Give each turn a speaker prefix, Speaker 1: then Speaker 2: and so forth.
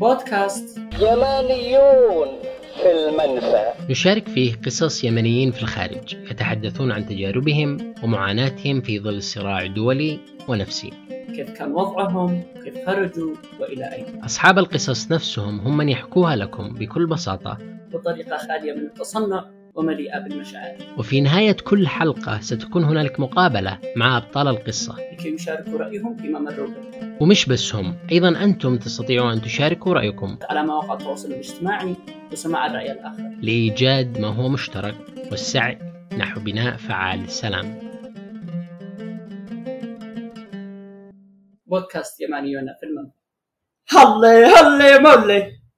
Speaker 1: بودكاست
Speaker 2: يمانيون في المنفى
Speaker 3: نشارك فيه قصص يمنيين في الخارج يتحدثون عن تجاربهم ومعاناتهم في ظل صراع دولي ونفسي
Speaker 1: كيف كان وضعهم كيف خرجوا وإلى أين
Speaker 3: أصحاب القصص نفسهم هم من يحكوها لكم بكل بساطة
Speaker 1: بطريقة خالية من التصنع ومليئة بالمشاعر
Speaker 3: وفي نهاية كل حلقة ستكون هنالك مقابلة مع أبطال القصة
Speaker 1: لكي يشاركوا رأيهم فيما مروا به
Speaker 3: ومش بس هم أيضا أنتم تستطيعون أن تشاركوا رأيكم
Speaker 1: على مواقع التواصل الاجتماعي وسماع الرأي الآخر
Speaker 3: لإيجاد ما هو مشترك والسعي نحو بناء فعال للسلام
Speaker 1: بودكاست يمانيون في المنفى هلي هلي مولي